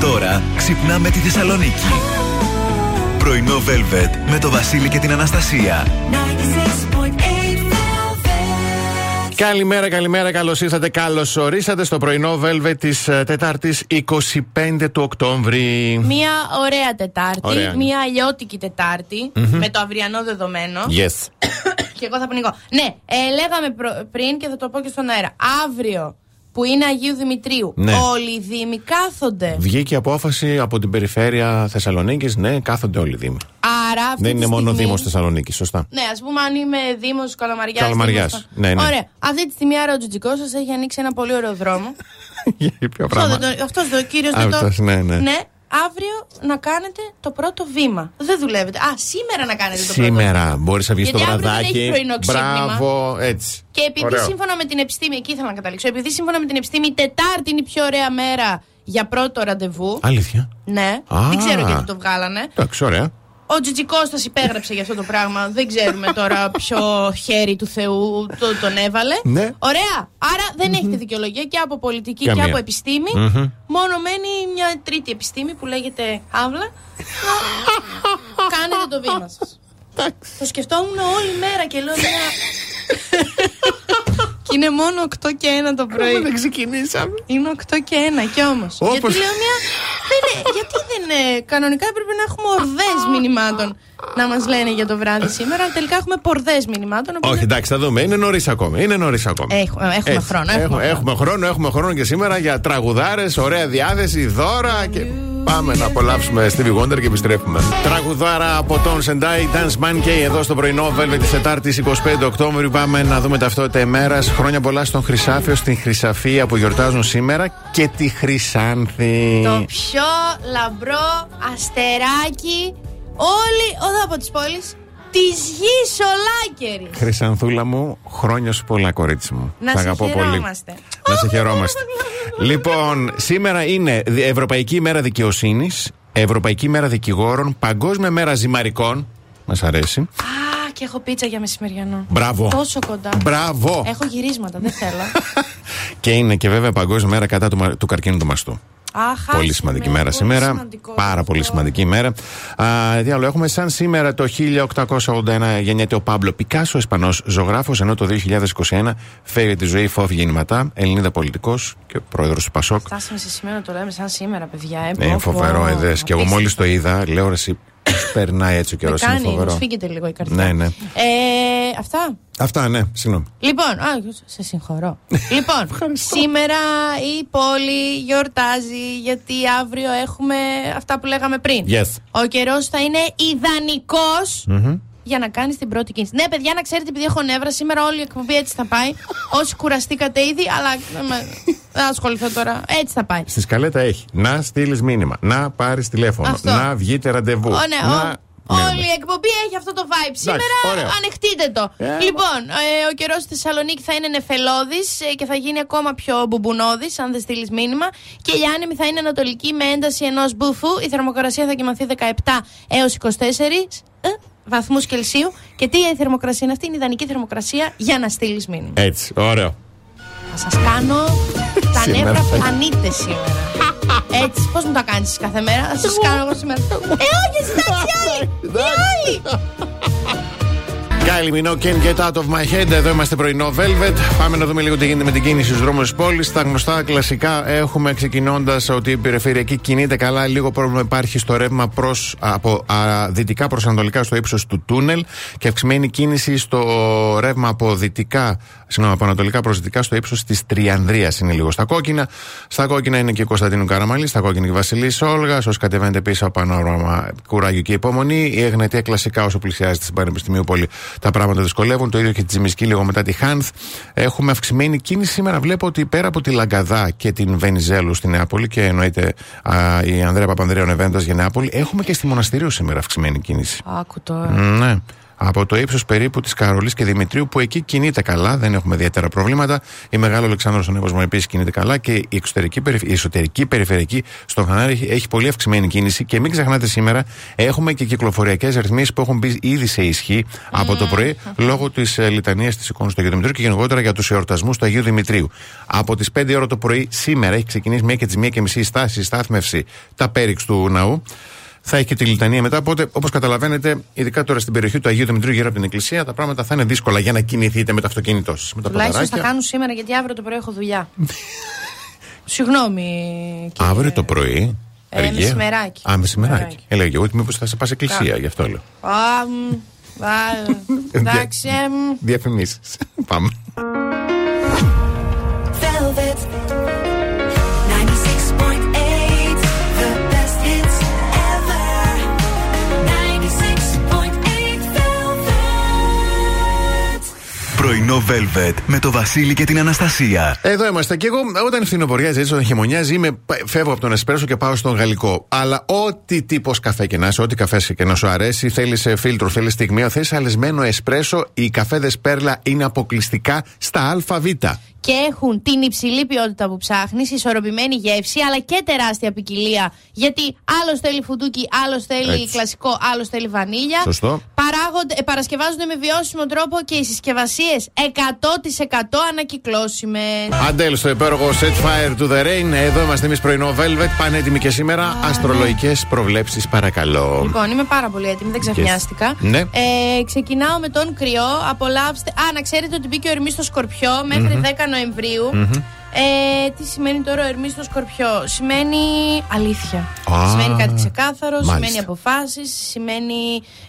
Τώρα ξυπνάμε τη Θεσσαλονίκη. Oh. Πρωινό Velvet με το Βασίλη και την Αναστασία. Καλημέρα, καλημέρα, καλώς ήρθατε. Καλώς ορίσατε στο πρωινό Velvet ε, τη Τετάρτη 25 του Οκτώβρη. Μια ωραία Τετάρτη, ναι. ωραία. μια αλλιώτικη Τετάρτη, mm-hmm. με το αυριανό δεδομένο. Yes. και εγώ θα πνιγώ. Ναι, ε, λέγαμε προ, πριν και θα το πω και στον αέρα. Αύριο που είναι Αγίου Δημητρίου. Ναι. Όλοι οι Δήμοι κάθονται. Βγήκε απόφαση από την περιφέρεια Θεσσαλονίκης, ναι, κάθονται όλοι οι Δήμοι. Άρα αυτή Δεν τη είναι στιγμή... μόνο Δήμος Θεσσαλονίκης, σωστά. Ναι, ας πούμε, αν είμαι Δήμος Καλαμαριάς. Καλαμαριάς. Ναι, ναι. Ωραία. Αυτή τη στιγμή άρα ο Τζουτζικός σας έχει ανοίξει ένα πολύ ωραίο δρόμο. Αυτό ο κύριος δεν το. Ναι, ναι. ναι. Αύριο να κάνετε το πρώτο βήμα. Δεν δουλεύετε. Α, σήμερα να κάνετε το σήμερα. πρώτο βήμα. Σήμερα. Μπορείς να βγεις το βραδάκι. Μπράβο, έτσι. Και επειδή Ωραίο. σύμφωνα με την επιστήμη, εκεί ήθελα να καταλήξω. Επειδή σύμφωνα με την επιστήμη, η Τετάρτη είναι η πιο ωραία μέρα για πρώτο ραντεβού. Αλήθεια. Ναι. Α, Δεν ξέρω γιατί το βγάλανε. Εντάξει, ωραία. Ο Τζιτζικώστας υπέγραψε για αυτό το πράγμα. Δεν ξέρουμε τώρα ποιο χέρι του Θεού το, τον έβαλε. Ναι. Ωραία. Άρα δεν έχετε δικαιολογία και από πολιτική Καμία. και από επιστήμη. Μμμ. Μόνο μένει μια τρίτη επιστήμη που λέγεται Αύλα. Κάνετε το βήμα σας. Το σκεφτόμουν όλη μέρα και λέω μια. και είναι μόνο 8 και 1 το πρωί. Δεν ξεκινήσαμε. Είναι 8 και 1 κι όμως. Όπως- Γιατί λέω μια. Δεν είναι- γιατί δεν είναι. Κανονικά έπρεπε να έχουμε ορδές μηνυμάτων να μας λένε για το βράδυ σήμερα. αλλά Τελικά έχουμε πορδές μηνυμάτων. οπότε- Όχι, εντάξει, θα δούμε. Είναι νωρίς ακόμα. Είναι νωρίς ακόμα. Έχου- ε, έχουμε Έτσι. χρόνο, Έχουμε, έχουμε έχουμε, χρόνο. χρόνο, έχουμε χρόνο και σήμερα για τραγουδάρες, ωραία διάθεση, δώρα και. Πάμε να απολαύσουμε Stevie Wonder και επιστρέφουμε. Τραγουδάρα από τον Σεντάι, Dance Monkey εδώ στο πρωινό Velvet της Τετάρτης 25 Οκτώβριου. Πάμε να δούμε ταυτότητα ημέρας. Χρόνια πολλά στον Χρυσάφιο, στην Χρυσαφία που γιορτάζουν σήμερα και τη Χρυσάνθη. Το πιο λαμπρό αστεράκι όλοι εδώ από τις πόλεις της γης ολάκερης. Χρυσανθούλα μου, χρόνια σου πολλά, κορίτσι μου. Να Σ' σε αγαπώ πολύ. χαιρόμαστε. Να σε χαιρόμαστε. λοιπόν, σήμερα είναι Δι- Ευρωπαϊκή ημέρα δικαιοσύνης, Ευρωπαϊκή ημέρα δικηγόρων, Παγκόσμια μέρα ζυμαρικών. Μας αρέσει. Α, και έχω πίτσα για μεσημεριανό. Μπράβο. Τόσο κοντά. Μπράβο. Έχω γυρίσματα, δεν θέλω. και είναι και βέβαια Παγκόσμια μέρα κατά του, μα- του καρκίνου του μαστού. Αχ, Πολύ σημαντική μέρα σήμερα. Πάρα πολύ σημαντική μέρα. Α, τι άλλο έχουμε. Σαν σήμερα το 1881 γεννιέται ο Πάμπλο Πικάσο, Ισπανός ζωγράφος, ενώ το 2021 φέρει τη ζωή φόβη γεννηματά, Ελληνίδα πολιτικός και πρόεδρος του Πασόκ. Φτάσαμε σε σήμερα να το λέμε σαν σήμερα, παιδιά. Ε, Ναι, πω, πω. Ε, φοβερό, εδέ. Και εγώ Απίστευτο. μόλις το είδα, λέω ρε, εσύ, περνάει έτσι ο Με καιρός. Είναι κάνει, μου φοβερό. σφίγγεται λίγο η καρδιά. Ναι, ναι. Ε, αυτά. Αυτά, ναι, συγγνώμη. Λοιπόν, α, σε συγχωρώ. λοιπόν, σήμερα η πόλη γιορτάζει γιατί αύριο έχουμε αυτά που λέγαμε πριν. Yes. Ο καιρός θα είναι ιδανικός για να κάνεις την πρώτη κίνηση. Ναι, παιδιά, να ξέρετε, επειδή έχω νεύρα, σήμερα όλη η εκπομπή έτσι θα πάει. Όσοι κουραστήκατε ήδη, αλλά δεν με- δεν ασχοληθώ τώρα. Έτσι θα πάει. Στη σκαλέτα έχει. Να στείλεις μήνυμα. Να πάρεις τηλέφωνο. Αυτό. Να βγείτε ραντεβού. Ω, ναι, να... ο- Ναι, ναι. Όλη η εκπομπή έχει αυτό το vibe σήμερα. ωραίο. Ανεχτείτε το. Ε, λοιπόν, ε, ο καιρός στη Θεσσαλονίκη θα είναι νεφελώδης και θα γίνει ακόμα πιο μπουμπουνώδης, αν δεν στείλεις μήνυμα. Και η άνεμη θα είναι ανατολική με ένταση ενός μπουφού. Η θερμοκρασία θα κοιμαθεί 17 έω 24 ε, βαθμούς Κελσίου. Και τι η θερμοκρασία είναι αυτή, είναι η ιδανική θερμοκρασία για να στείλεις μήνυμα. Έτσι, ωραίο. Θα σας κάνω τα Σήμερα νεύρα θα- πλανήτες σήμερα. Έτσι, πώς μου τα κάνεις κάθε μέρα, θα σας κάνω εγώ σήμερα. Ε, όχι, εσύ, εντάξει, άλλοι! Άλλοι! Kylie Minogue can get out of my head. Εδώ είμαστε πρωινό Velvet. Πάμε να δούμε λίγο τι γίνεται με την κίνηση στους δρόμους της πόλης. Τα γνωστά κλασικά έχουμε ξεκινώντας ότι η περιφερειακή κινείται καλά. Λίγο πρόβλημα υπάρχει στο ρεύμα προς, από α, δυτικά προς ανατολικά στο ύψος του τούνελ και αυξημένη κίνηση στο ρεύμα από δυτικά, συγγνώμη, από ανατολικά προς δυτικά στο ύψος της Τριανδρίας. Είναι λίγο στα κόκκινα. Στα κόκκινα είναι και η Κωνσταντίνου Καραμαλή, στα κόκκινα και η Βασιλής Όλγας. Όσο κατεβαίνετε πίσω από πανόραμα, κουράγιο και υπομονή. Η Εγνετία κλασικά όσο πλησιάζεται στην Πανεπιστημίου Πολύ τα πράγματα δυσκολεύουν. Το ίδιο και τη Τζιμισκή λίγο μετά τη Χάνθ. Έχουμε αυξημένη κίνηση σήμερα. Βλέπω ότι πέρα από τη Λαγκαδά και την Βενιζέλου στη Νεάπολη και εννοείται α, η Ανδρέα Παπανδρέων Εβέντας για Νεάπολη, έχουμε και στη Μοναστηρίου σήμερα αυξημένη κίνηση. Άκου τώρα. Ναι. από το ύψος περίπου της Καρολής και Δημητρίου, που εκεί κινείται καλά, δεν έχουμε ιδιαίτερα προβλήματα. Η Μεγάλο Αλεξάνδρος στον Εύωσμο επίσης κινείται καλά και η, εξωτερική, η εσωτερική περιφερειακή στο Χανάρι έχει, έχει πολύ αυξημένη κίνηση. Και μην ξεχνάτε σήμερα έχουμε και κυκλοφοριακές ρυθμίσεις που έχουν μπει ήδη σε ισχύ από το πρωί λόγω της ε, λιτανίας της εικόνας του Αγίου Δημητρίου και γενικότερα για τους εορτασμούς του Αγίου Δημητρίου. Από τις 5 ώρα το πρωί σήμερα έχει ξεκινήσει μία και τις μία και μισή στάση, η στάθμευση, τα πέριξ του ναού. Θα έχει και τη λιτανία μετά. Οπότε, όπως καταλαβαίνετε, ειδικά τώρα στην περιοχή του Αγίου Δημητρίου γύρω από την Εκκλησία, τα πράγματα θα είναι δύσκολα για να κινηθείτε με το αυτοκίνητός σα. Με τα Τουλάχιστον θα ποδαράκια. κάνουν σήμερα γιατί αύριο το πρωί έχω δουλειά. Συγγνώμη. κύριε. Αύριο το πρωί. Ε, μεσημεράκι. Α, μεσημεράκι. Μεσημεράκι. Έλεγα και εγώ ότι μήπως θα σε πας εκκλησία, γι' αυτό λέω. Α, μ, α, Εντάξει. ναι. ε, μ. Διαφημίσεις. Πάμε. Velvet 96.8 The best hits ever 96.8 Velvet Πρωινό Velvet με το Βασίλη και την Αναστασία. Εδώ είμαστε. Και εγώ όταν φθινοποριάζει, έτσι όταν χειμωνιάζει, είμαι, πα- φεύγω από τον Εσπρέσο και πάω στον Γαλλικό. Αλλά ό,τι τύπος καφέ και να είσαι, ό,τι καφές και να σου αρέσει, θέλεις φίλτρο, θέλεις στιγμίο, θέλεις αλεσμένο Εσπρέσο, οι καφέδες Πέρλα είναι αποκλειστικά στα ΑΒ. Και έχουν την υψηλή ποιότητα που ψάχνεις, ισορροπημένη γεύση, αλλά και τεράστια ποικιλία. Γιατί άλλος θέλει φουντούκι, άλλος θέλει Έτσι. κλασικό, άλλος θέλει βανίλια. Σωστό. Παράγονται, ε, παρασκευάζονται με βιώσιμο τρόπο και οι συσκευασίες 100% ανακυκλώσιμες. Αντέλ στο υπέροχο Set Fire to the Rain. Εδώ είμαστε εμείς πρωινό Velvet, πανέτοιμοι και σήμερα. Αστρολογικές προβλέψεις, παρακαλώ. Λοιπόν, είμαι πάρα πολύ έτοιμη, δεν ξαφνιάστηκα. Ναι. Ε, ξεκινάω με τον κρυό. Απολαύστε. Α, να ξέρετε ότι μπήκε ο Ερμή στο Σκορπιό μέχρι 10 νοεμβριου Ε, τι σημαίνει τώρα ο Ερμής στο Σκορπιό, Σημαίνει αλήθεια. Α, σημαίνει κάτι ξεκάθαρο, μάλιστα. σημαίνει αποφάσεις, σημαίνει.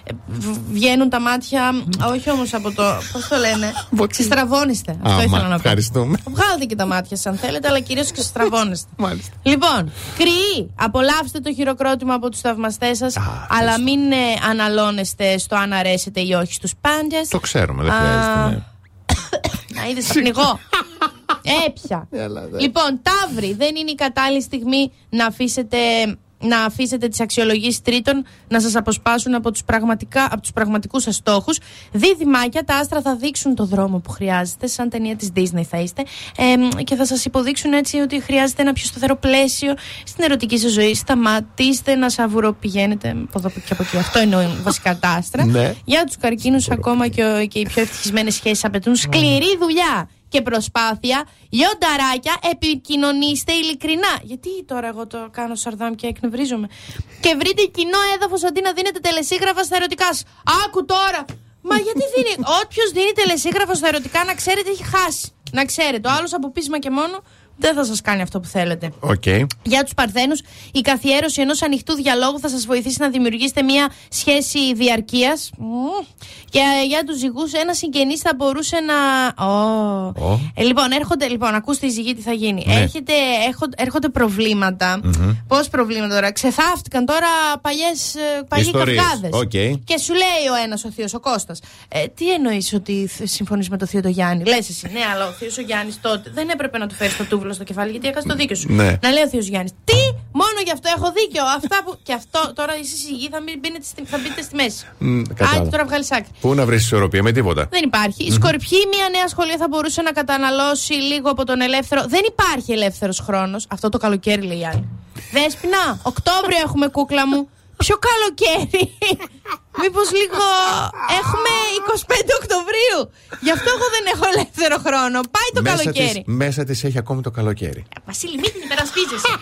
ε, β- βγαίνουν τα μάτια. Όχι όμως από το. Πώς το λένε. Ξεστραβώνεστε. Αυτό Άμα, ήθελα να πω. ευχαριστούμε. Βγάλετε και τα μάτια σα, αν θέλετε, αλλά κυρίως ξεστραβώνεστε. Μάλιστα. Λοιπόν, κρυοί, απολαύστε το χειροκρότημα από τους θαυμαστές σας, αλλά ευχαριστώ. μην ε, αναλώνεστε στο αν αρέσετε ή όχι στους πάντε. Το ξέρουμε, δεν Α, χρειάζεται. ναι. Να είδες, θα πνιγώ. Έπια. λοιπόν, Ταύρη, δεν είναι η κατάλληλη στιγμή να αφήσετε να αφήσετε τις αξιολογήσεις τρίτων να σας αποσπάσουν από τους, πραγματικά, από τους πραγματικούς σας στόχους. Δίδυμάκια, τα άστρα θα δείξουν το δρόμο που χρειάζεται, σαν ταινία της Disney θα είστε, εμ, και θα σας υποδείξουν έτσι ότι χρειάζεται ένα πιο σταθερό πλαίσιο στην ερωτική σας ζωή. Σταματήστε να σαβουροπηγαίνετε από εδώ και από εκεί. Αυτό είναι βασικά τα άστρα. Ναι. Για τους καρκίνους, ακόμα και, ο- και οι πιο ευτυχισμένες σχέσεις απαιτούν σκληρή δουλειά και προσπάθεια. Λιονταράκια, επικοινωνήστε ειλικρινά. Γιατί τώρα εγώ το κάνω σαρδάμ και εκνευρίζομαι. Και βρείτε κοινό έδαφος αντί να δίνετε τελεσίγραφα στα ερωτικά. σας. Άκου τώρα! Μα γιατί δίνει. Όποιος δίνει τελεσίγραφο στα ερωτικά, να ξέρετε, έχει χάσει. Να ξέρετε. Ο άλλος από πείσμα και μόνο δεν θα σας κάνει αυτό που θέλετε. Οκ. Για τους Παρθένους, η καθιέρωση ενός ανοιχτού διαλόγου θα σας βοηθήσει να δημιουργήσετε μια σχέση διαρκείας. Και ε, για τους ζυγούς, ένας συγγενής θα μπορούσε να. Ω. Ω. Ε, λοιπόν, έρχονται. Λοιπόν, ακούστε οι ζυγοί τι θα γίνει. Ναι. Έρχεται, έρχον- έρχονται προβλήματα. Πώς προβλήματα τώρα. Ξεθάφτηκαν τώρα παλιές, ε, παλιοί Ιστορίες. καυγάδες. Οκ. Και σου λέει ο ένας ο Θείος ο Κώστας. Ε, τι εννοείς ότι συμφωνείς με το Θείο το Γιάννη. Λες εσύ, ναι, αλλά ο Θείος ο Γιάννης τότε δεν έπρεπε να του φέρει το τούβλο στο κεφάλι γιατί έκανε το δίκιο σου. Ναι. Να λέει ο Θείο Γιάννης. Τι, μόνο γι' αυτό έχω δίκιο. Αυτά που. και αυτό τώρα εσεί οι γη θα, μην μπαίνετε στη- θα μπείτε στη μέση. Μ, κατάλαβα. Άντε τώρα βγάλεις άκρη. Πού να βρεις ισορροπία με τίποτα. Δεν υπάρχει. Η σκορπιή, μια νέα σχολεία θα μπορούσε να καταναλώσει λίγο από τον ελεύθερο. Δεν υπάρχει ελεύθερος χρόνος. Αυτό το καλοκαίρι λέει η άλλη. Δέσπινα, Οκτώβριο έχουμε κούκλα μου. Ποιο καλοκαίρι. Μήπως λίγο. Έχουμε 25 Οκτωβρίου. Γι' αυτό εγώ δεν έχω ελεύθερο χρόνο. Πάει το Μέσα καλοκαίρι. της, μέσα της έχει ακόμη το καλοκαίρι. Βασίλη, μην την υπερασπίζεσαι.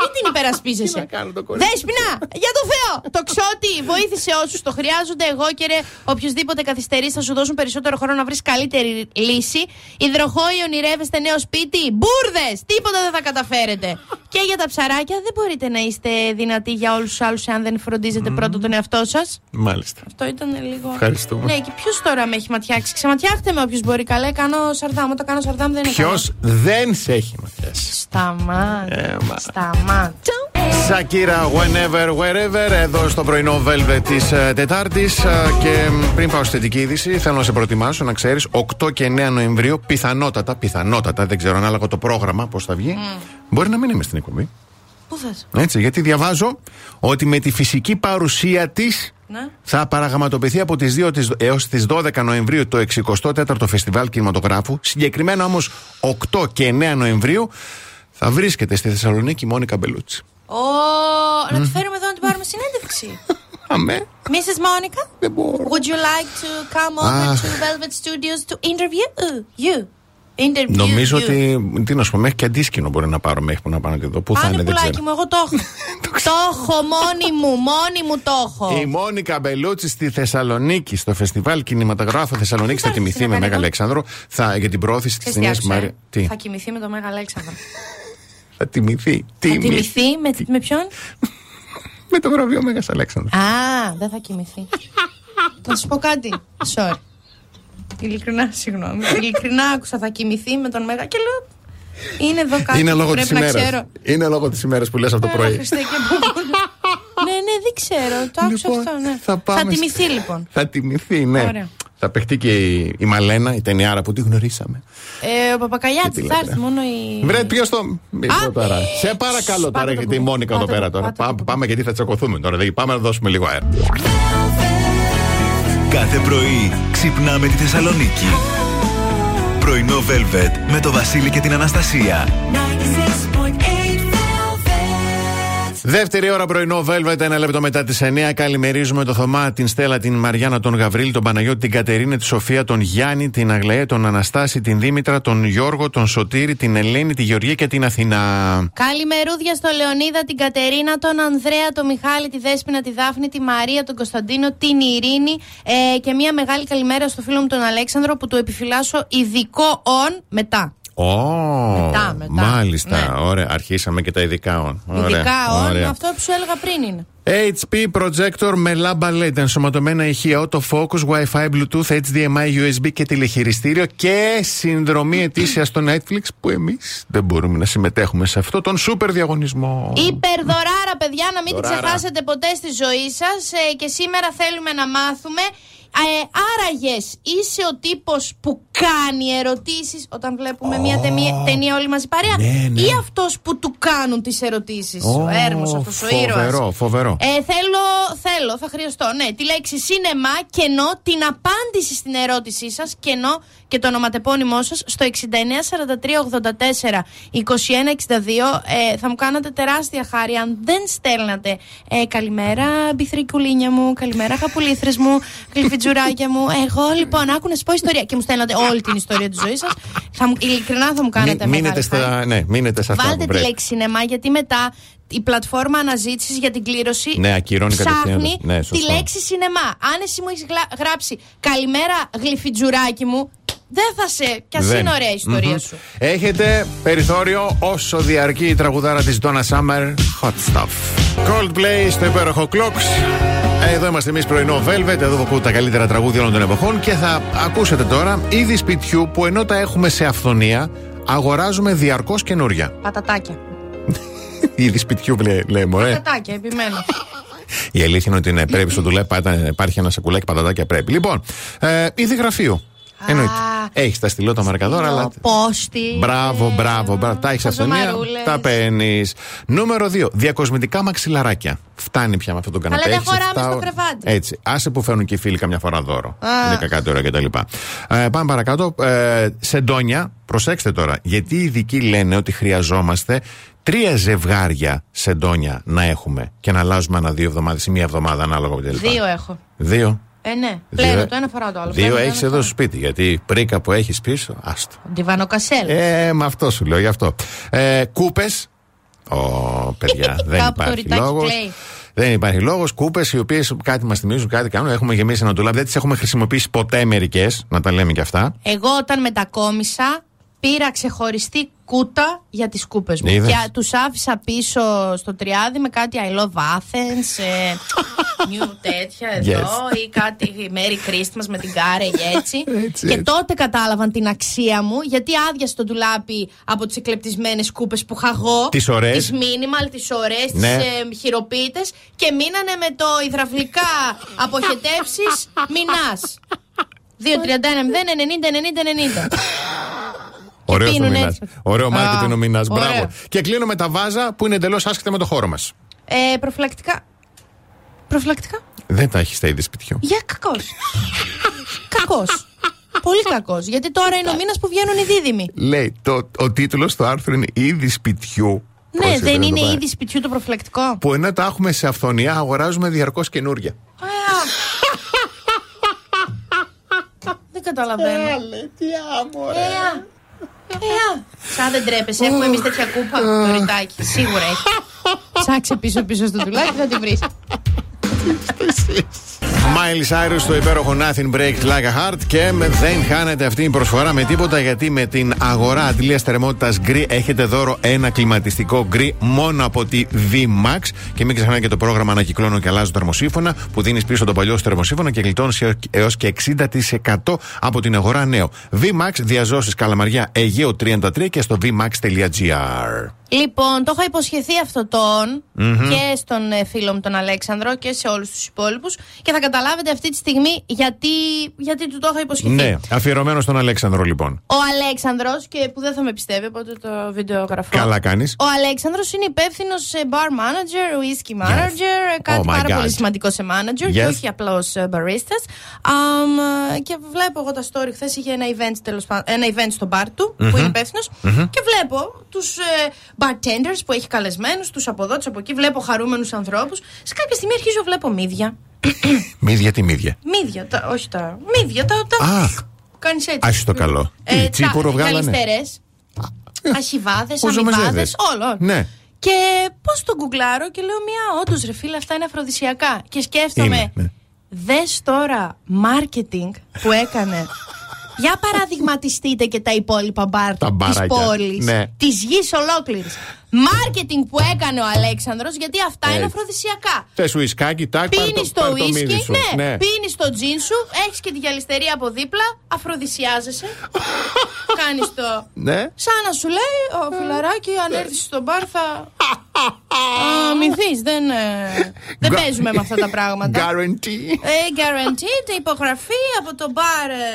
μην την υπερασπίζεσαι. Τι να κάνω το κορίτσι. Δέσπινα, για το Θεό! Το ξότι βοήθησε όσους το χρειάζονται. Εγώ και ρε, οποιοδήποτε καθυστερείς θα σου δώσουν περισσότερο χρόνο να βρεις καλύτερη λύση. Υδροχόοι, ονειρεύεστε νέο σπίτι. Μπούρδε! Τίποτα δεν θα καταφέρετε. και για τα ψαράκια, δεν μπορείτε να είστε δυνατοί για όλους τους άλλους εάν δεν φροντίζετε πρώτα τον εαυτό σας. Μάλιστα. Αυτό ήταν λίγο. Ευχαριστούμε. Ναι, και ποιος τώρα με έχει ματιάξει. Ξεματιάχτε με όποιος μπορεί. Καλέ, κάνω σαρδάμ. Όταν κάνω σαρδάμ δεν είναι Ποιος καλό. δεν σε έχει ματιάσει. Ε, Σταμάτα. μα. Σταμάτα. Σακύρα, whenever, wherever, εδώ στο πρωινό Velvet της Τετάρτης. ε, Και μ, πριν πάω στη θετική είδηση, θέλω να σε προετοιμάσω να ξέρεις 8 και 9 Νοεμβρίου, πιθανότατα, πιθανότατα, δεν ξέρω ανάλογα το πρόγραμμα πώς θα βγει. Μπορεί να μην είμαι στην εκπομπή. Πού θες. Έτσι, γιατί διαβάζω ότι με τη φυσική παρουσία της Ναι. θα παραγματοποιηθεί από τις 2 τις- έως τις 12 Νοεμβρίου το 64ο Φεστιβάλ Κινηματογράφου. Συγκεκριμένα όμως 8 και 9 Νοεμβρίου θα βρίσκεται στη Θεσσαλονίκη η Μόνικα Μπελούτσι. Ω, να τη φέρουμε εδώ να την πάρουμε συνέντευξη. Αμέ, Mrs. Monica, δεν μπορώ. would you like to come over Αχ. to Velvet Studios to interview Ε, you? Interview Νομίζω you. ότι. Τι να σου πω, μέχρι και αντίσκηνο μπορεί να πάρω μέχρι που να πάνε και εδώ. Πού θα Πάνε είναι, δεν πουλάκι ξέρω. μου, εγώ το έχω. το έχω μόνη μου, μόνη μου το Η έχω. Μόνικα Μπελούτσι στη Θεσσαλονίκη, στο φεστιβάλ κινηματογράφου Θεσσαλονίκη, θα Υπάρχει τιμηθεί με συνεργασία. Μέγα Αλέξανδρο θα, για την πρόθεση της Ξέρεις ταινία τι άκουσα, Μαρία. ε? Τι, Θα κοιμηθεί με τον Μέγα Αλέξανδρο. θα τιμηθεί. θα κοιμηθεί με, με ποιον? Με το βραβείο Μέγα Αλέξανδρο. Α, δεν θα κοιμηθεί. να σου πω κάτι. Sorry. Ειλικρινά, συγγνώμη. Ειλικρινά άκουσα θα κοιμηθεί με τον Μέγα και λέω. Είναι εδώ κάτι Είναι που λόγω τη πρέπει να ξέρω. ημέρα. Είναι λόγω της ημέρας που λες αυτό το Έλα, πρωί. Χριστέ, και πού- ναι, ναι, δεν ξέρω. Το άκουσα Λοιπόν, αυτό, ναι. Θα, πάμε τιμηθεί στη- λοιπόν. Θα τιμηθεί, ναι. Ωραία. Θα παιχτεί και η, η Μαλένα, η ταινιάρα που τη γνωρίσαμε. Ε, ο Παπακαλιάτης Τι θα λέτε, έρθει ρε. μόνο η. Βρε, ποιος το. Λίγο τώρα. Σε παρακαλώ Σ, πάτε τώρα, το γιατί η κουμπί. Μόνικα εδώ Πάτε πέρα το- τώρα. πάτε το Πά- κουμπί. Πάμε γιατί θα τσακωθούμε τώρα. Δηλαδή, πάμε να δώσουμε λίγο αέρα. Κάθε πρωί ξυπνάμε τη Θεσσαλονίκη. Πρωινό Velvet με το Βασίλη και την Αναστασία. 96.8 Velvet. Δεύτερη ώρα πρωινό, Velvet, ένα λεπτό μετά τις 9. Καλημερίζουμε τον Θωμά, την Στέλλα, την Μαριάννα, τον Γαβρίλ, τον Παναγιώτη, την Κατερίνη, τη Σοφία, τον Γιάννη, την Αγλαία, τον Αναστάση, την Δήμητρα, τον Γιώργο, τον Σωτήρη, την Ελένη, τη Γεωργία και την Αθηνά. Καλημερούδια στο Λεωνίδα, την Κατερίνα, τον Ανδρέα, τον Μιχάλη, τη Δέσποινα, τη Δάφνη, τη Μαρία, τον Κωνσταντίνο, την Ειρήνη ε, και μια μεγάλη καλημέρα στο φίλο μου τον Αλέξανδρο που του επιφυλάσσω ειδικό on μετά. Ω, Μετά, μετά. μάλιστα. Ναι. Ωραία, αρχίσαμε και τα ειδικά όν. Ωραία, ειδικά on, ωραία. αυτό που σου έλεγα πριν είναι. HP Projector με λάμπα LED, ενσωματωμένα ηχεία, autofocus, Wi-Fi, Bluetooth, HDMI, USB και τηλεχειριστήριο και συνδρομή ετήσια στο Netflix που εμείς δεν μπορούμε να συμμετέχουμε σε αυτό τον σούπερ διαγωνισμό. Υπερδωράρα, παιδιά, να μην την Δωράρα. ξεχάσετε ποτέ στη ζωή σας. και σήμερα θέλουμε να μάθουμε. Ε, άραγες, είσαι ο τύπος που κάνει ερωτήσεις όταν βλέπουμε μια ταινία, ταινία όλοι μαζί παρέα. Ναι, ναι. Ή αυτός που του κάνουν τις ερωτήσεις. ο Ω, έρμος αυτός ο ήρωας. Φοβερό, φοβερό. Ε, θέλω, θέλω, θα χρειαστώ. Ναι, τη λέξη σίνεμα και ενώ την απάντηση στην ερώτησή σας και ενώ και το ονοματεπώνυμό σας στο 6943842162. Ε, θα μου κάνατε τεράστια χάρη αν δεν στέλνατε. Ε, καλημέρα, μπιθρικουλίνια μου. Καλημέρα, χαπουλήθρες μου. Γλυφιτζουράκια μου. Εγώ λοιπόν, άκου να σου πω ιστορία. Και μου στέλνατε όλη την ιστορία της ζωής σας. Ειλικρινά θα μου κάνετε Μη- μεγάλη μείνετε, χάρη. στα, ναι, μείνετε σε αυτά Βάλτε που τη πρέπει. λέξη σινεμά γιατί μετά η πλατφόρμα αναζήτησης για την κλήρωση Ναι, ακυρώνει ψάχνει κατευθείαν. Ναι, τη σωστό. λέξη σινεμά. Αν εσύ μου έχεις γράψει καλημέρα γλυφιτζουράκι μου, δεν θα σε. Κι ας Δεν. είναι ωραία η ιστορία Μμμ. σου. Έχετε περιθώριο όσο διαρκεί η τραγουδάρα της Donna Summer Hot Stuff. Coldplay στο υπέροχο Clocks. Ε, Εδώ είμαστε εμείς πρωινό Velvet, εδώ που ακούτε τα καλύτερα τραγούδια όλων των εποχών και θα ακούσετε τώρα είδη σπιτιού που ενώ τα έχουμε σε αυθονία, αγοράζουμε διαρκώς καινούρια. Πατατάκια. είδη σπιτιού, λέει, λέει μωρέ. Πατατάκια, επιμένω. Η αλήθεια είναι ότι ναι, πρέπει στον ντουλέπ πάντα υπάρχει ένα σακουλάκι πατατάκια πρέπει. Λοιπόν, ε, είδη γραφείου. Εννοείται. Έχεις τα στυλό τα μαρκαδόρα, αλλά. Πόστι. Μπράβο, μπράβο, μπράβο. Τα έχεις αυθονία. ζωμαρούλες. Τα παίρνεις. Νούμερο 2. Διακοσμητικά μαξιλαράκια. Φτάνει πια με αυτόν τον καναπέ. Αλλά δεν έχεις χωράμε εφτά στο ώρα. κρεβάτι. Έτσι. Άσε που φέρνουν και οι φίλοι καμιά φορά δώρο. Α. Είναι κακά τώρα κτλ. Ε, πάμε παρακάτω. Ε, σεντόνια. Προσέξτε τώρα. Γιατί οι ειδικοί λένε ότι χρειαζόμαστε τρία ζευγάρια σεντόνια να έχουμε και να αλλάζουμε ανά δύο εβδομάδες ή μία εβδομάδα ανάλογα κτλ. Δύο έχω. Δύο. Ε, ναι. Δύο, ε. Πλένω το ένα φορά το άλλο. Δύο Πλένω το έχεις ένα εδώ φοράω. στο σπίτι. Γιατί πρίκα που έχεις πίσω, άστο. Ντιβανοκασέλ. Ε, με αυτό σου λέω, γι' αυτό. Ε, Κούπες. Ω, παιδιά, δεν Κάπου το υπάρχει ρητάκι λόγος. κλαίει. Δεν υπάρχει λόγος. Κούπες οι οποίες κάτι μας θυμίζουν, κάτι κάνουν. Έχουμε γεμίσει ένα ντουλάπ. Δεν τις έχουμε χρησιμοποιήσει ποτέ μερικές, να τα λέμε κι αυτά. Εγώ όταν μετακόμισα πήρα ξεχωριστή κούτα για τις κούπες μου. Ναι, Είδες. Και τους άφησα πίσω στο τριάδι με κάτι I love Athens, ε, new τέτοια εδώ Yes. ή κάτι Merry Christmas με την Κάρε έτσι. Έτσι, και έτσι. τότε κατάλαβαν την αξία μου γιατί άδειασε το ντουλάπι από τις εκλεπτισμένες κούπες που είχα εγώ. Τις ωραίες. Τις minimal, τις ωραίες, Ναι. τις ε, χειροποίητες και μείνανε με το υδραυλικά αποχετεύσεις μηνάς. 2-31-0-90-90-90. Ωραίος πίνουν ο Μινάς. έτσι. Ωραίο μάρκετινγκ ο Μινά. ωραίο. Μπράβο. Και κλείνω με τα βάζα που είναι εντελώς άσχετα με το χώρο μας. Ε, προφυλακτικά. Προφυλακτικά. Δεν τα έχεις στα είδη σπιτιού. Για κακός. κακός. Πολύ κακός. Γιατί τώρα είναι ο μήνας που βγαίνουν οι δίδυμοι. Λέει, το, ο τίτλος του άρθρου είναι Είδη σπιτιού. Ναι, Πρόσεχε, δεν το είναι πάει. ήδη σπιτιού το προφυλακτικό. Που ενώ τα έχουμε σε αυθονία, αγοράζουμε διαρκώς καινούργια. Δεν καταλαβαίνω. Ε, α. Ε, α. Σαν δεν τρέπεσαι, έχουμε εμείς τέτοια κούπα. Το ρητάκι, σίγουρα έχει. Ψάξε πίσω-πίσω στο τουλάκι, θα την βρει. Μάιλι Cyrus στο υπέροχο Nothing Breaks Like a Heart και με- δεν χάνεται αυτή η προσφορά με τίποτα γιατί με την αγορά αντιλία θερμότητα γκρι έχετε δώρο ένα κλιματιστικό γκρι μόνο από τη VMAX. Και μην ξεχνάτε και το πρόγραμμα Ανακυκλώνω και Αλλάζω Θερμοσύφωνα που δίνεις πίσω το παλιό σου θερμοσύφωνα και γλιτώνεις έως και 60% από την αγορά νέο. VMAX διαζώσεις Καλαμαριά Αιγαίο 33 και στο VMAX.gr. Λοιπόν, το είχα υποσχεθεί αυτό τον και στον ε, φίλο μου τον Αλέξανδρο και σε όλους τους υπόλοιπους και θα καταλάβετε αυτή τη στιγμή γιατί, γιατί του το είχα υποσχεθεί. Ναι, αφιερωμένο στον Αλέξανδρο λοιπόν. Ο Αλέξανδρος, και που δεν θα με πιστεύει, οπότε το βιντεογραφώ. Καλά κάνεις. Ο Αλέξανδρος είναι υπεύθυνος bar manager, whisky manager, ε, κάτι Oh my πάρα God. πολύ σημαντικό σε manager και Yes. όχι ε, απλώς barista. ε, και βλέπω εγώ τα story. Χθες είχε ένα event, τέλος, πα- ένα event στο bar του που Mm-hmm. είναι υπεύθυνος, και βλέπω τους bartenders που έχει καλεσμένους, τους από εδώ, του από εκεί. Βλέπω χαρούμενους ανθρώπους. Σε κάποια στιγμή αρχίζω βλέπω μύδια. Μύδια τη μύδια. Μύδια, τα, όχι τα. Μύδια, τα. τα Α. Κάνεις έτσι. Άσε το καλό. Ε, Τι, τσίπουρο βγάλανε. Ασιβάδε, Κουζομεζέδες. αμοιβάδε, όλο. Ναι. Και πώς τον γκουγκλάρω και λέω: Μια, όντως ρε φίλε, αυτά είναι αφροδισιακά. Και σκέφτομαι, Είναι, ναι. δες τώρα μάρκετινγκ που έκανε. Για παραδειγματιστείτε και τα υπόλοιπα μπαρ Τα της μπαράκια. πόλης, Ναι. της γης ολόκληρης. Μάρκετινγκ που έκανε ο Αλέξανδρος γιατί αυτά είναι Ε, αφροδισιακά. Θες ουισκάκι, τάκ, πάρ' Πίνει το πάρ' μύδι ουίσκι, σου. ναι, ναι. πίνεις το τζιν σου, έχεις και τη γυαλιστερία από δίπλα, αφροδισιάζεσαι. Κάνεις το. Ναι. Σαν να σου λέει, ο φιλαράκι, αν Ε. έρθει στο μπαρ θα. Αμυνθεί, δεν, ε, δεν Γκα- παίζουμε με αυτά τα πράγματα. Guarantee. Ε, guaranteed, υπογραφή από τον bar ε,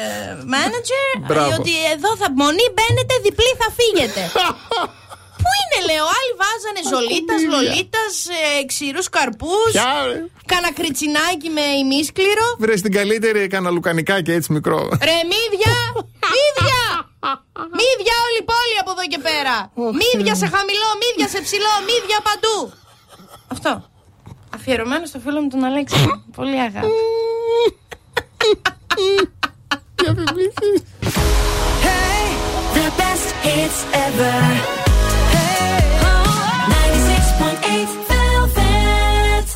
manager. Μπράβο. ε, Ότι εδώ θα μονή μπαίνετε, διπλή θα φύγετε. Πού είναι, λέω, άλλοι βάζανε ζολίτα, Ακουμπίδια. λολίτας, ε, ξηρούς καρπούς. Πια, ρε. Κάνα κριτσινάκι με ημίσκληρο. Βρες την καλύτερη, κάνα λουκανικά και έτσι μικρό. Ρε μύδια! Μύδια! Μύδια όλη η πόλη από εδώ και πέρα! Μύδια σε χαμηλό, μύδια σε ψηλό, μύδια παντού! Αυτό. Αφιερωμένο στο φίλο μου τον Αλέξη. Πολύ αγάπη. Hey, the best hits ever. Hey, oh, 96.8 Velvet.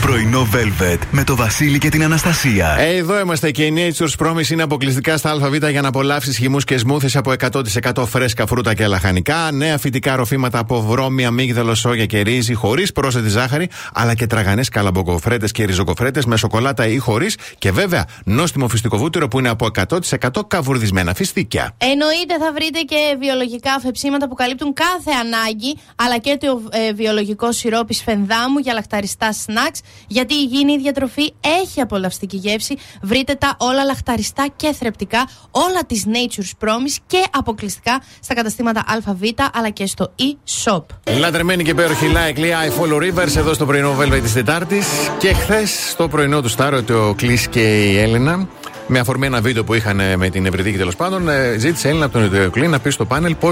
Πρωινό Velvet με το Βασίλη και την Αναστασία. Ε, Εδώ είμαστε και η Nature's Promise είναι αποκλειστικά στα ΑΒ για να απολαύσεις χυμούς και σμούθες από 100% φρέσκα φρούτα και λαχανικά. Νέα φυτικά ροφήματα από βρώμια, μίγδαλο, σόγια και ρύζι, χωρίς πρόσθετη ζάχαρη, αλλά και τραγανές καλαμπογκοφρέτε και ριζοκοφρέτες με σοκολάτα ή χωρίς. Και βέβαια, νόστιμο φυστικό βούτυρο που είναι από 100% καβουρδισμένα φιστίκια. Εννοείται θα βρείτε και βιολογικά αφεψίματα που καλύπτουν κάθε ανάγκη, αλλά και το ε, βιολογικό σιρόπι σφενδάμου για λαχταριστά σνακς, γιατί η υγιεινή διατροφή έχει απολαυστική γεύση. Βρείτε τα όλα λαχταριστά και θρεπτικά, όλα της Nature's Promise και αποκλειστικά στα καταστήματα ΑΒ, αλλά και στο e-shop. Λατρεμένη και υπέροχη Like I Follow Rivers εδώ στο πρωινό Velvet της Τετάρτης. Και χθες στο πρωινό του Στάρο, το Κλής και η Έλενα, με αφορμή ένα βίντεο που είχαν ε, με την Ευρυδίκη τέλος πάντων, ε, ζήτησε η Έλενα από τον Ιωτεοκλή να πεις στο πάνελ πώς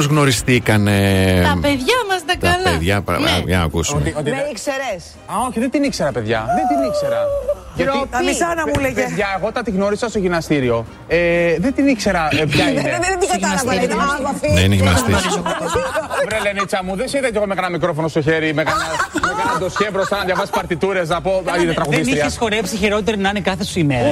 γνωριστήκανε. τα παιδιά μας τα, Τα καλά. παιδιά, πα- Ναι. α, για να ακούσουμε. Ότι- ότι Με δεν- ήξερες. Α, όχι, δεν την ήξερα, παιδιά. Δεν την ήξερα. Γιατί. Τα μισά να μου Παι- λέγε. Παιδιά, εγώ όταν τη γνώρισα στο γυμναστήριο, ε, δεν την ήξερα ε, ποια είναι. Δεν δεν την Στο κατάλαβα. γυμναστήριο. λέει, «Α, βαφή». Ναι, είναι γυμναστή. Βρε, Λενίτσα μου, δεν σε είδα κι εγώ με κανένα μικρόφωνο στο χέρι, με κανένα, με κανένα ντοσιέ μπροστά να διαβάσει παρτιτούρες να πω. Α, ναι. είναι Δεν τραγουδίστρια. είχες χορέψει χειρότερη να είναι κάθε σου ημέρα.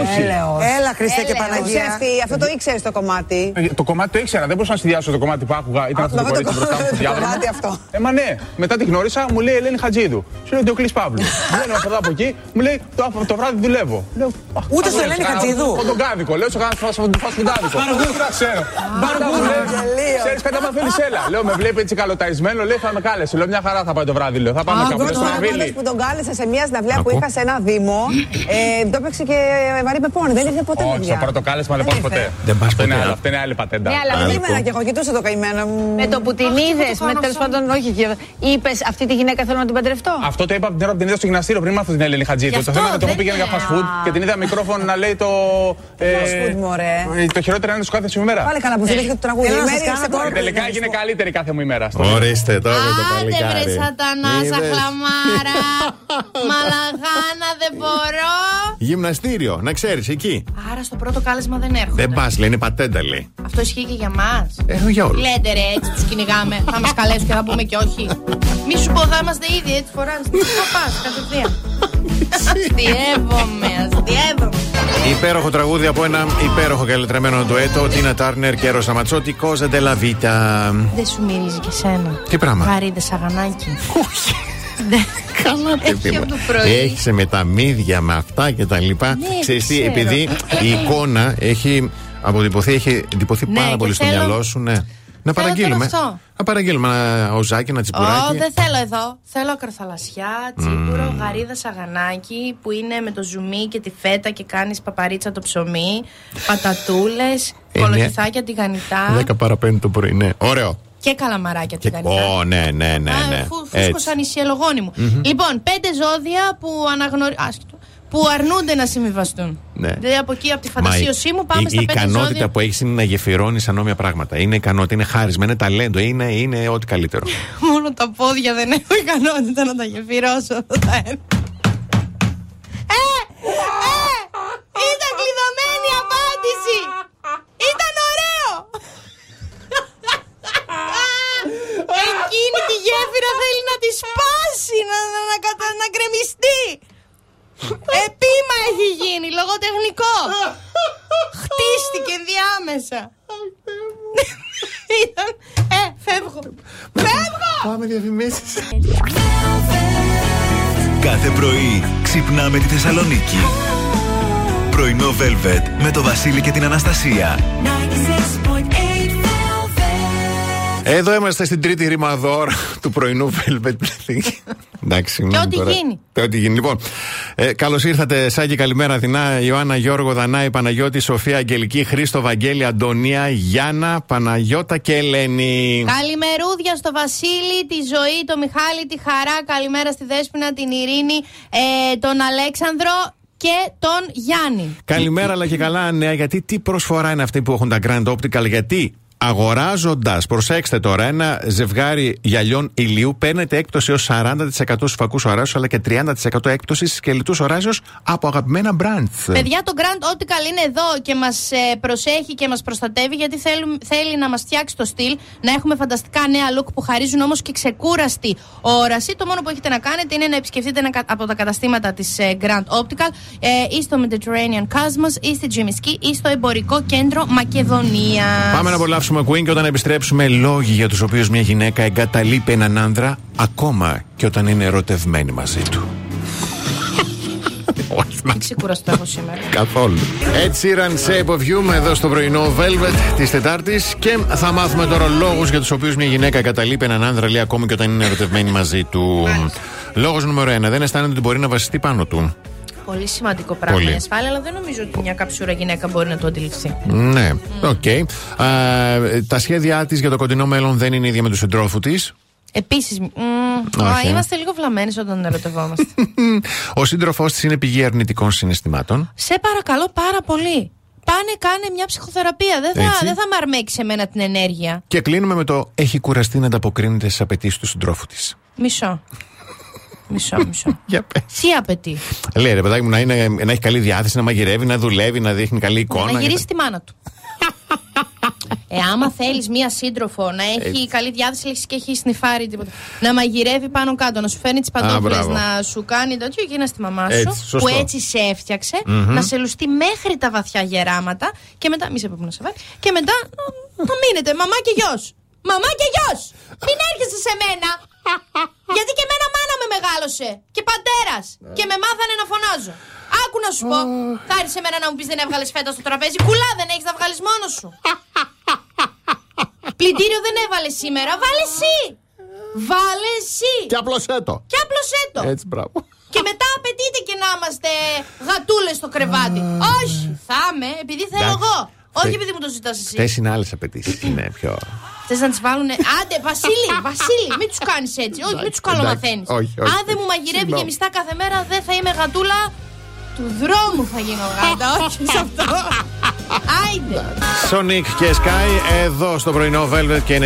Έλα, Χριστέ και Έλεος. Παναγία. Ψεύτη, αυτό το ήξερες το κομμάτι. Ε, Το κομμάτι το ήξερα, δεν μπορούσα να συνδυάσω το κομμάτι που άκουγα. Ήταν αυτό το βέβαια, το κορίτσι μπροστά μου. στο το διάδρομο. κομμάτι αυτό. Ε, μα ναι, μετά τη γνώρισα, μου λέει Ελένη Χατζίδου. Σου λέει Ντοκλή Παύλου. μου λένε από εδώ από εκεί, μου λέει το, το βράδυ δουλεύω. Λέω, «Α, Ούτε θα στο δουλέψω Ελένη κανένα, Χατζίδου. Έχω τον κάδικο. Λέω σε κανένα φάσμα τον κάδικο. Δεν τα ξέρω. Μπαργού. Τελείως. Ξέρεις κάτι από θέλεις έλα. Λέω με βλέπει έτσι καλοταϊσμένο, λέει θα με κάλεσε. Λέω μια χαρά θα πάει το βράδυ. Λέω θα πάμε Ο Κάπου Γκρος στο Μάγδαλος Αβίλι. που τον κάλεσα σε μια συναυλία που Άκου. είχα σε ένα δήμο, ε, το έπαιξε και βαρύ με πόνο. Δεν ήρθε ποτέ. Όχι, παιδιά. στο πρώτο κάλεσμα δεν Δεν πας ήρθε. ποτέ. Δεν πας Αυτό είναι ποτέ, άλλο, α. Αυτό είναι άλλη πατέντα. Ναι, αλλά Άδικο. Περίμενα και εγώ, κοιτούσα το καημένο μου. με το που την είδε, κάνω με τέλος σαν- πάντων, όχι. και- Είπες αυτή τη γυναίκα θέλω να την παντρευτώ. Αυτό το είπα από την ώρα που την είδα στο γυμναστήριο πριν μάθω την Ελένη Χατζήτου. Γι' Το θέμα αυτό είναι ότι εγώ δεν πήγαινα για είναι. fast food και την είδα μικρόφωνο να λέει το. ε, Fast food, μωρέ. ε, Το χειρότερο είναι σου κάθε σου ημέρα. Πάλι καλά που σου το τραγούδι. Θέλω να Μέρη, σας κάνω σε τώρα- κόβω. Τελικά έγινε καλύτερη κάθε μου ημέρα. στο- Ορίστε τώρα το Άντε παλικάρι. βρε σατανά, Είδες. σαχλαμάρα. Μαλαγάνα, δεν μπορώ. Γυμναστήριο, να ξέρεις εκεί. Άρα στο πρώτο κάλεσμα δεν έρχονται. Δεν πας, λέει, είναι πατέντα, λέει. Αυτό ισχύει και για μας. Ε, για όλους. Λέτε ρε, έτσι του κυνηγάμε. θα μας καλέσουν και θα πούμε και όχι. Μη σου πω, θα είμαστε ήδη έτσι φοράνε. Τι θα πας, κατευθείαν. Αστειεύομαι, αστειεύομαι. Υπέροχο τραγούδι από ένα υπέροχο καλετρεμένο ντουέτο. Τίνα Τάρνερ και Ροζαματσότη, Κόζα Ντελαβίτα. Δεν σου μυρίζει και σένα. Τι πράγμα? Βαρύδες σαγανάκι. Όχι. Καλά Έχει παιδί από το μου. πρωί. Έχεις με τα μύδια, με αυτά και τα λοιπά. Ναι, Ξέρεις τι, ξέρω. επειδή η εικόνα έχει αποτυπωθεί, έχει εντυπωθεί Ναι, πάρα και πολύ στο θέλω- μυαλό σου. Ναι. Να παραγγείλουμε. τώρα αυτό. Να παραγγείλουμε ένα οζάκι, ένα τσιπουράκι. Ω, δεν θέλω εδώ. Θέλω ακροθαλασσιά, τσίπουρο, γαρίδα σαγανάκι που είναι με το ζουμί και τη φέτα και κάνεις παπαρίτσα το ψωμί, πατατούλες, Ε, κολοκυθάκια τηγανιτά 10 παρα 5 το πρωί, ναι. Ωραίο. και καλαμαράκια Και... τηγανιτά. Ω, ναι, ναι, ναι. Α, ναι. φου- Έτσι. Φούσκωσαν οι σιελογόνοι μου. Λοιπόν, πέντε ζώδια που αναγνωρι... άσχετο, που αρνούνται να συμβιβαστούν. Ναι. Δηλαδή από εκεί, από τη Μα η- φαντασίωσή μου, πάμε η, στα η πέντε ικανότητα ζώδια. που έχεις είναι να γεφυρώνεις ανώμια πράγματα. Είναι ικανότητα, είναι χάρισμα, είναι ταλέντο, είναι, είναι ό,τι καλύτερο. Μόνο τα πόδια δεν έχω ικανότητα να τα γεφυρώσω. θα έρθω. Ε! Ε! Ήταν κλειδωμένη η απάντηση! Ήταν ωραίο! Εκείνη τη γέφυρα θέλει να τη σπάσει, να, να, να, κατα- να γκρεμιστεί! Επίμα έχει γίνει, λογοτεχνικό! Χτίστηκε διάμεσα! Ήταν... Ε, φεύγω! Φεύγω! Πάμε διαφημίσεις. Κάθε πρωί ξυπνάμε τη Θεσσαλονίκη. Πρωινό Velvet με το Βασίλη και την Αναστασία. 96.8 velvet. Εδώ είμαστε στην τρίτη ρημαδόρα του πρωινού Velvet Plating. Εντάξει, συγγνώμη ό,τι τώρα. γίνει. Και ό,τι γίνει. Λοιπόν, ε, καλώς ήρθατε, Σάκη. Καλημέρα, Αθηνά. Ιωάννα, Γιώργο, Δανάη, Παναγιώτη, Σοφία, Αγγελική, Χρήστο, Βαγγέλη, Αντωνία, Γιάννα, Παναγιώτα και Ελένη. Καλημερούδια στο Βασίλη, τη Ζωή, το Μιχάλη, τη Χαρά. Καλημέρα στη Δέσποινα, την Ειρήνη, ε, τον Αλέξανδρο και τον Γιάννη. Καλημέρα, αλλά και καλά νέα. Γιατί τι προσφορά είναι αυτή που έχουν τα Grand Optical, γιατί Αγοράζοντας, προσέξτε τώρα, ένα ζευγάρι γυαλιών ηλίου παίρνετε έκπτωση έως 40% στους φακούς οράζου αλλά και 30% έκπτωση στις κελιτούς οράζου από αγαπημένα brands. Παιδιά, το Grand Optical είναι εδώ και μας προσέχει και μας προστατεύει γιατί θέλουμε, θέλει να μας φτιάξει το στυλ, να έχουμε φανταστικά νέα look που χαρίζουν όμως και ξεκούραστη όραση. Το μόνο που έχετε να κάνετε είναι να επισκεφτείτε ένα κα- από τα καταστήματα της Grand Optical ε, ή στο Mediterranean Cosmos ή στη Τζιμισκή ή στο εμπορικό κέντρο Μακεδονίας. Πάμε να απολαύσουμε Queen και όταν επιστρέψουμε λόγοι για τους οποίους μια γυναίκα εγκαταλείπει έναν άνδρα ακόμα και όταν είναι ερωτευμένη μαζί του. Όχι, μα Τι ξεκουραστώ εγώ σήμερα. καθόλου. Ed Sheeran, Shape of You, εδώ στο πρωινό Velvet της Τετάρτης και θα μάθουμε τώρα λόγους για τους οποίους μια γυναίκα εγκαταλείπει έναν άνδρα λέει ακόμη και όταν είναι ερωτευμένη μαζί του. Λόγος νούμερο 1. Δεν αισθάνεται ότι μπορεί να βασιστεί πάνω του. Πολύ σημαντικό πράγμα Πολύ. η ασφάλεια, αλλά δεν νομίζω ότι μια καψούρα γυναίκα μπορεί να το αντιληφθεί. Ναι, οκ. Α, τα σχέδιά της για το κοντινό μέλλον δεν είναι ίδια με τους συντρόφου της. Επίσης, Όχι. ε. είμαστε λίγο βλαμμένες όταν ερωτευόμαστε. Ο σύντροφός της είναι πηγή αρνητικών συναισθημάτων. Σε παρακαλώ πάρα πολύ. Πάνε, κάνε μια ψυχοθεραπεία. Δεν Έτσι. θα, δεν θα μ' αρμέξει εμένα την ενέργεια. Και κλείνουμε με το έχει κουραστεί να ανταποκρίνεται στις απαιτήσεις του συντρόφου της. Μισό. μισό, μισό. Για πες. Τι απαιτεί. Λέει ρε παιδάκι μου να, είναι, να έχει καλή διάθεση, να μαγειρεύει, να δουλεύει, να δείχνει καλή εικόνα. να γυρίσει τη μάνα του. Ε, άμα θέλεις μία σύντροφο να έχει καλή διάθεση λέξεις και έχει σνιφάρει τίποτα. Να μαγειρεύει πάνω κάτω, να σου φέρνει τις παντόφλες, μπράβο. να σου κάνει τέτοιο και να στη μαμά σου Έτσι, σωστό. που έτσι σε εφτιαξε να σε λουστεί μέχρι τα βαθιά γεράματα και μετά. Μη σε πω που να σε βάλει. Και μετά να- να μείνετε μαμά και γιος. Μαμά και γιος! Μην έρχεσαι σε μένα! Γιατί και εμένα μάνα με μεγάλωσε και παντέρα Ναι. και με μάθανε να φωνάζω. Άκου να σου πω. Θα έρθει εμένα να μου πεις δεν έβγαλες φέτα στο τραπέζι. Κουλά δεν έχεις να βγάλεις Ε. μόνος σου. Πλυντήριο δεν έβαλες σήμερα. Βάλε εσύ! Βάλε εσύ. Και απλωσέ το. Και απλωσέ το. Έτσι, μπράβο. Και μετά απαιτείται και να είμαστε γατούλες στο κρεβάτι. Όχι, θα είμαι επειδή θέλω Εντάξει. εγώ. Όχι Θε- επειδή μου το ζητάς εσύ. Αυτέ είναι άλλες απαιτήσεις. Είναι πιο. Θες να τις βάλουν. Άντε, Βασίλη, Βασίλη, μην τους κάνεις έτσι. Όχι, μην τους καλομαθαίνει. εντάξει, όχι, όχι. Αν δεν μου μαγειρεύει Συγγνώμη. γεμιστά κάθε μέρα, δεν θα είμαι γατούλα του δρόμου θα γίνω γάτα. Όχι σε αυτό. Άιντε. Sonic και Sky εδώ στο πρωινό Velvet και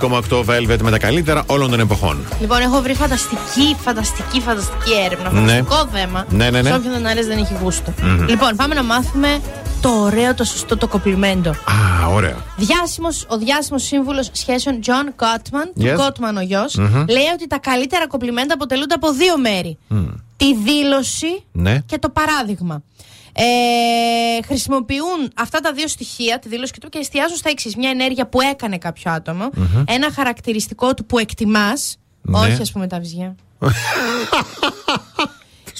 96,8 Velvet με τα καλύτερα όλων των εποχών. Λοιπόν, έχω βρει φανταστική, φανταστική, φανταστική έρευνα. Ναι. Φανταστικό θέμα. Ναι, ναι, ναι. Σε όποιον δεν αρέσει δεν έχει γούστο. Λοιπόν, πάμε να μάθουμε το ωραίο, το σωστό, το κοπλιμέντο. Α, ωραίο. Διάσημος, ο διάσημος σύμβουλος σχέσεων John Gottman, Yes. Mm-hmm. του Gottman ο γιος, λέει ότι τα καλύτερα κοπλιμέντα αποτελούνται από δύο μέρη. Τη δήλωση Mm. Ναι. και το παράδειγμα. Ε, χρησιμοποιούν αυτά τα δύο στοιχεία, τη δήλωση και το, και εστιάζουν στα εξής. Μια ενέργεια που έκανε κάποιο άτομο, ένα χαρακτηριστικό του που εκτιμάς. Mm-hmm. Ναι. Όχι, ας πούμε, τα βυζιά.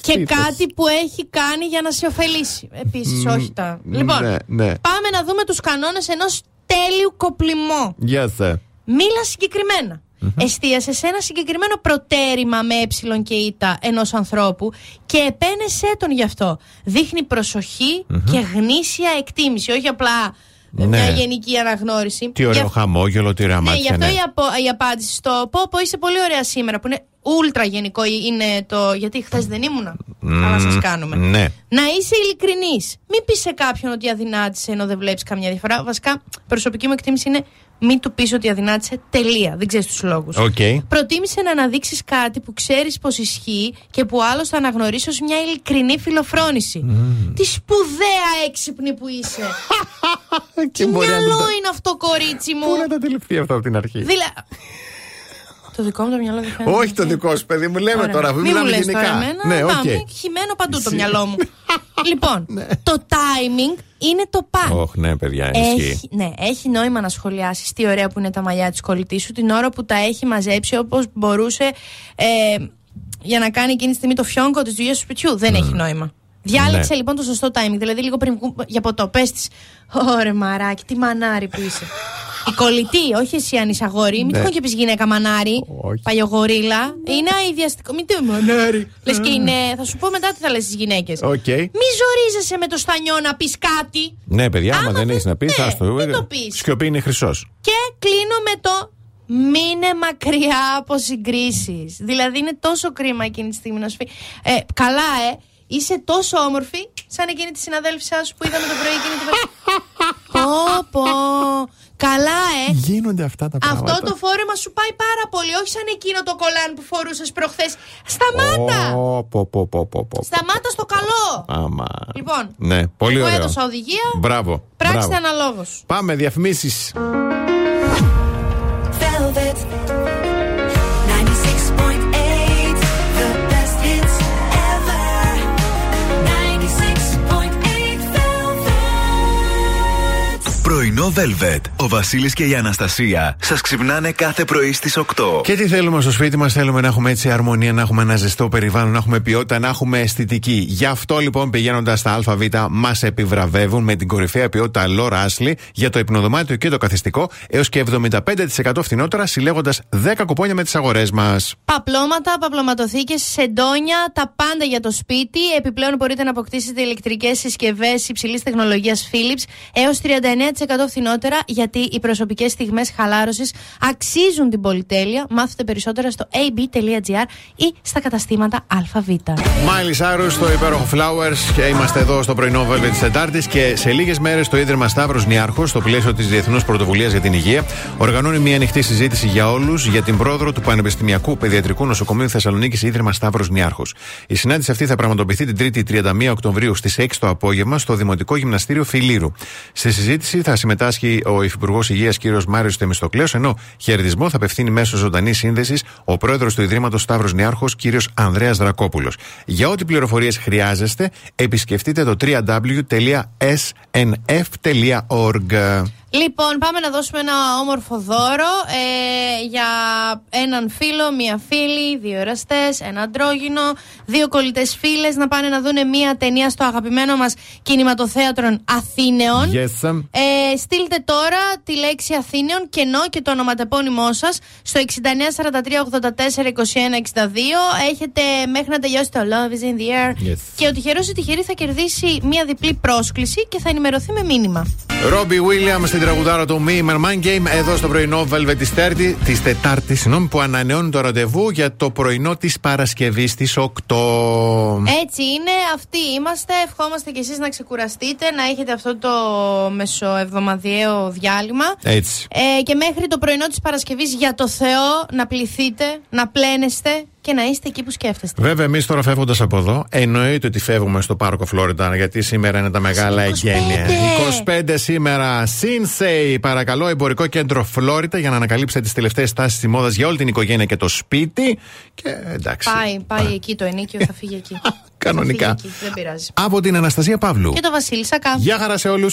και κάτι που έχει κάνει για να σε ωφελήσει. Επίσης, όχι τα. Λοιπόν, ναι, ναι. πάμε να δούμε τους κανόνες ενός τέλειου κοπλιμό. Γεια σα. Μίλα συγκεκριμένα. Εστίασε σε ένα συγκεκριμένο προτέρημα με ε και ήτα ενός ανθρώπου και επένεσέ τον γι' αυτό. Δείχνει προσοχή και γνήσια εκτίμηση, όχι απλά ε, μια Ναι. γενική αναγνώριση. Τι ωραίο Γι' αυ- χαμόγελο, τι ωραία ναι, μάτια. γι' αυτό ναι. η, απο- η απάντηση στο πω πω είσαι πολύ ωραία σήμερα που είναι ούλτρα γενικό ε, είναι το γιατί χθες δεν ήμουνα. Αλλά σας κάνουμε. Ναι. Να είσαι ειλικρινής. Μην πεις σε κάποιον ότι αδυνάτησε ενώ δεν βλέπεις καμιά διαφορά. Βασικά, προσωπική μου εκτίμηση είναι μην του πεις ότι αδυνάτησε. Τελεία. Δεν ξέρεις τους λόγους. Οκ. Προτίμησε να αναδείξεις κάτι που ξέρεις πως ισχύει και που άλλος θα αναγνωρίσει ως μια ειλικρινή φιλοφρόνηση. Τι σπουδαία έξυπνη που είσαι. Και Τι μπορεί να μυαλό τα- είναι αυτό, κορίτσι μου. Πού να τα αντιληφθεί αυτό από την αρχή. Δηλα... το δικό μου το μυαλό δεν φαίνεται. Όχι το δικό σου, παιδί μου, λέμε Ωραία. τώρα. Μη μου Μιλάμε λες τώρα γενικά. εμένα. Ναι, οκ. Πάμε, χυμένο παντού το Εσύ. Ναι. μυαλό μου. λοιπόν, το timing είναι το παν. Όχι, ναι, παιδιά, Έχει, ισχύει. ναι, έχει νόημα να σχολιάσεις τι ωραία που είναι τα μαλλιά της κολλητής σου την ώρα που τα έχει μαζέψει όπως μπορούσε ε, για να κάνει εκείνη τη στιγμή το φιόγκο της δουλειάς του σπιτιού. Δεν έχει νόημα. Διάλεξε Ναι. λοιπόν το σωστό timing. Δηλαδή, λίγο πριν βγουν για ποτό, πες της. Ωρε μαράκι, τι μανάρι που είσαι. Η κολλητή, όχι εσύ αν είσαι αγόρι. Μην τυχόν και πει γυναίκα μανάρι. Ναι. Όχι. Παλιογορίλα. Είναι αειδιαστικό. Μην το Μανάρι. Λες και είναι. Θα σου πω μετά τι θα λες στις γυναίκες. Οκ. Μη ζορίζεσαι με το στανιό να πεις κάτι. Ναι, παιδιά, άμα Άμα δεν δεν- έχεις να πεις, ναι, άστο. μην το πεις. Σιωπή είναι χρυσός. Και κλείνω με το μείνε μακριά από συγκρίσεις. Δηλαδή είναι τόσο κρίμα εκείνη τη στιγμή να σου πει. Ε, καλά, ε. Είσαι τόσο όμορφη σαν εκείνη τη συναδέλφισά σου που είδαμε το πρωί εκείνη την Πω, πω. Καλά, ε. Γίνονται αυτά τα Αυτό το φόρεμα σου πάει πάρα πολύ. Όχι σαν εκείνο το κολάν που φορούσες προχθές. Σταμάτα! Ω, πω, πω, πω, πω, πω. Σταμάτα στο καλό! Άμα. Λοιπόν, Ναι, πολύ εγώ ωραίο. έδωσα οδηγία. Μπράβο. Πράξτε μπράβο. αναλόγως. Πάμε, διαφημίσεις. Velvet 96.8 The best hits ever 96.8 Velvet Πρωινό Velvet. Ο Βασίλης και η Αναστασία σας ξυπνάνε κάθε πρωί στις 8. Και τι θέλουμε στο σπίτι μας, θέλουμε να έχουμε έτσι αρμονία, να έχουμε ένα ζεστό περιβάλλον, να έχουμε ποιότητα, να έχουμε αισθητική. Γι' αυτό λοιπόν πηγαίνοντας στα ΑΒ, μας επιβραβεύουν με την κορυφαία ποιότητα Laura Ashley για το υπνοδωμάτιο και το καθιστικό έως και 75% φθηνότερα, συλλέγοντας 10 κουπόνια με τις αγορές μας. Παπλώματα, παπλωματοθήκες, σεντόνια, τα πάντα για το σπίτι. Επιπλέον μπορείτε να αποκτήσετε ηλεκτρικές συσκευές υψηλής τεχνολογίας Philips έως 39% φθηνότερα, γιατί οι προσωπικές στιγμές χαλάρωσης αξίζουν την πολυτέλεια. Μάθετε περισσότερα στο ab.gr ή στα καταστήματα ΑΒ. Μάιλι Σάρου στο υπέροχο Flowers και είμαστε εδώ στο πρωινό Velvet της Τετάρτης. Και σε λίγες μέρες το Ίδρυμα Σταύρος Νιάρχος, στο πλαίσιο της Διεθνούς Πρωτοβουλίας για την Υγεία, οργανώνει μια ανοιχτή συζήτηση για όλους για την πρόεδρο του Πανεπιστημιακού Παιδιατρικού Νοσοκομείου Θεσσαλονίκης Ίδρυμα Σταύρος Νιάρχος. Η συνάντηση αυτή θα πραγματοποιηθεί την 3η 31 Οκτωβρίου στις 6 το απόγευμα στο Δημοτικό Γυμναστήριο Φιλίρου. Στη συζήτηση θα συμμετάσχει ο Υφυπουργός Υγείας κ. Μάριος Θεμιστοκλέος, ενώ χαιρετισμό θα απευθύνει μέσω ζωντανή σύνδεσης ο πρόεδρος του Ιδρύματος Σταύρος Νιάρχος, κ. Ανδρέας Δρακόπουλος. Για ό,τι πληροφορίες χρειάζεστε, επισκεφτείτε το www.snf.org. Λοιπόν, πάμε να δώσουμε ένα όμορφο δώρο ε, για έναν φίλο, μία φίλη, δύο εραστές, ένα αντρόγινο, δύο κολλητές φίλες να πάνε να δουν μία ταινία στο αγαπημένο μας κινηματοθέατρο Αθήνεων. Yes. sir. Ε, στείλτε τώρα τη λέξη Αθήνεων, κενό και το ονοματεπώνυμό σας στο 6943842162. Έχετε μέχρι να τελειώσει το Love is in the air. Yes. Και ο τυχερό ή τυχερή θα κερδίσει μία διπλή πρόσκληση και θα ενημερωθεί με μήνυμα. Ρόμπι Βίλιαμ στην τραγουδάρα του Me and Man Game εδώ στο πρωινό Velvet της Τέρτη, της Τετάρτης, συγγνώμη, που ανανεώνει το ραντεβού για το πρωινό της Παρασκευής στι 8. Έτσι είναι, αυτοί είμαστε. Ευχόμαστε κι εσείς να ξεκουραστείτε, να έχετε αυτό το μεσοεβδομαδιαίο διάλειμμα. Έτσι. Ε, και μέχρι το πρωινό της Παρασκευής για το Θεό να πληθείτε, να πλένεστε και να είστε εκεί που σκέφτεστε. Βέβαια, εμείς τώρα φεύγοντας από εδώ, εννοείται ότι φεύγουμε στο πάρκο Φλόριντα, γιατί σήμερα είναι τα μεγάλα εγγένεια. 25 σήμερα, Σίνσεϊ, παρακαλώ, εμπορικό κέντρο Φλόριντα για να ανακαλύψετε τις τελευταίες τάσεις της μόδας για όλη την οικογένεια και το σπίτι. Και εντάξει. Πάει, πάει εκεί το ενίκιο, θα φύγει εκεί. Κανονικά. Θα φύγει εκεί, δεν πειράζει. Από την Αναστασία Παύλου. Και το Βασίλη Σακά. Γεια χαρά σε όλους.